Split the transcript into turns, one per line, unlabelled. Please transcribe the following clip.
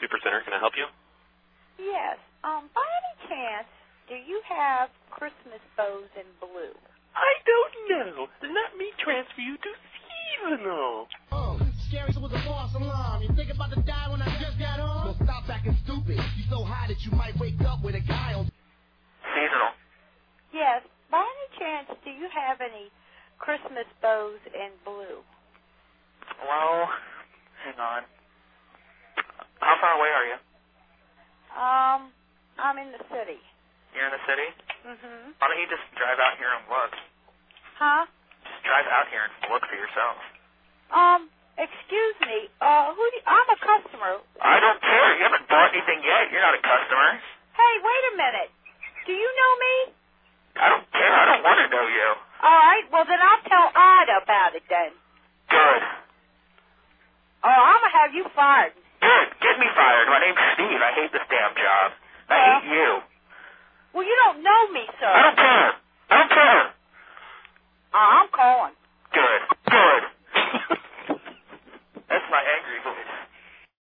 Supercenter. Can I help you?
Yes. Um, by any chance, do you have Christmas bows in blue?
I don't know. Let me transfer you to seasonal.
Uh, scary so it was a false alarm. You think about to die when I just got on? Well, stop acting stupid. You so high that you might wake up with a guy on.
Seasonal.
Yes. By any chance, do you have any Christmas bows in blue?
Well, hang on. How far away are you?
Um, I'm in the city.
You're in the city.
Mm-hmm.
Why don't you just drive out here and look?
Huh?
Just drive out here and look for yourself.
Um, excuse me. Uh, who? Do I'm a customer.
I don't care. You haven't bought anything yet. You're not a customer.
Hey, wait a minute. Do you know me?
I don't care. I don't want to know you.
All right. Well, then I'll tell Ida about it then.
Good.
Oh, I'm gonna have you fired.
Good. Get me fired. My name's Steve. I hate this damn job. I
Well,
hate you.
Well, you don't know me, sir.
I don't care. I don't care.
Uh, I'm calling.
Good. Good. That's my angry voice.